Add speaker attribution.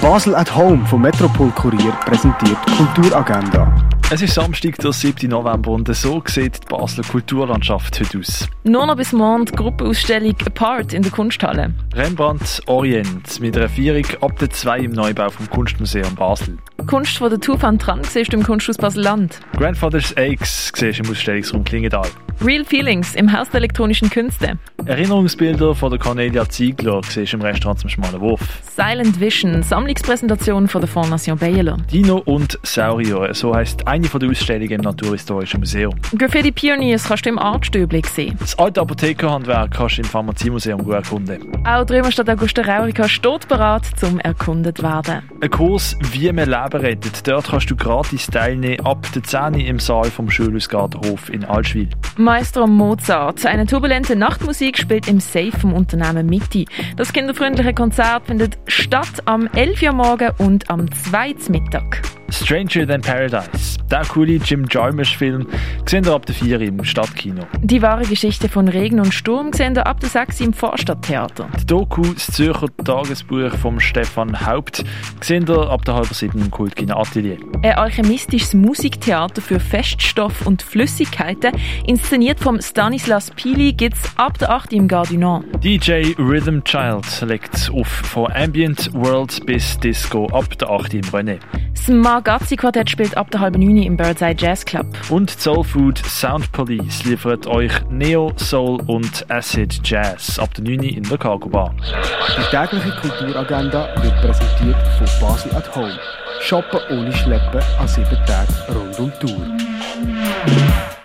Speaker 1: Basel at Home vom Metropol Kurier präsentiert Kulturagenda.
Speaker 2: Es ist Samstag, der 7. November und so sieht die Basler Kulturlandschaft heute aus.
Speaker 3: Nur noch bis morgen die Gruppenausstellung Apart in der Kunsthalle.
Speaker 2: Rembrandt Orient mit einer Vierung ab der 2 im Neubau vom Kunstmuseum Basel.
Speaker 3: Kunst von der Tufan dran siehst du im Kunsthaus Basel-Land.
Speaker 2: Grandfather's Eggs siehst du im Ausstellungsraum Klingenthal.
Speaker 3: Real Feelings im Haus der elektronischen Künste.
Speaker 2: Erinnerungsbilder von der Cornelia Ziegler siehst du im Restaurant zum Schmalen Wurf.
Speaker 3: Silent Vision, Sammlungspräsentation von der Fondation Baylor.
Speaker 2: Dino und Saurier, so heisst eine von der Ausstellungen im Naturhistorischen Museum.
Speaker 3: Graffiti Pioneers kannst du im Artstübli sehen.
Speaker 2: Das alte Apothekerhandwerk kannst du im Pharmaziemuseum gut erkunden.
Speaker 3: Auch die Römerstadt Augusta Raurica steht bereit zum erkundet werden.
Speaker 2: Ein Kurs «Wie man Leben rettet», dort kannst du gratis teilnehmen ab der 10 Uhr im Saal vom Schulhausgartenhof in Altschwil.
Speaker 3: Maestro Mozart, eine turbulente Nachtmusik spielt im Safe vom Unternehmen Mitti. Das kinderfreundliche Konzert findet statt am 11 Uhr morgen und am 2 Uhr Mittag.
Speaker 2: «Stranger Than Paradise», der coole Jim Jarmusch-Film, seht ihr ab der 4 Uhr im Stadtkino.
Speaker 3: Die wahre Geschichte von Regen und Sturm sehen wir ab der 6 Uhr im Vorstadttheater.
Speaker 2: Die Doku «Das Zürcher Tagesbuch» von Stefan Haupt seht ihr ab der halben 7 im Kultkino Atelier.
Speaker 3: Ein alchemistisches Musiktheater für Feststoff und Flüssigkeiten, inszeniert vom Stanislas Pili, gibt's ab der 8 Uhr im Gardinon.
Speaker 2: DJ Rhythm Child legt auf von Ambient World bis Disco ab der 8 Uhr im René.
Speaker 3: Das Margazzi-Quartett spielt ab der halben 9 Uhr im Birdseye Jazz Club.
Speaker 2: Und Soul Food Sound Police liefert euch Neo, Soul und Acid Jazz ab der 9 Uhr in der Cargo Bar.
Speaker 1: Die tägliche Kulturagenda wird präsentiert von Basel at Home. Shoppen ohne Schleppen an sieben Tagen rund um die Tour.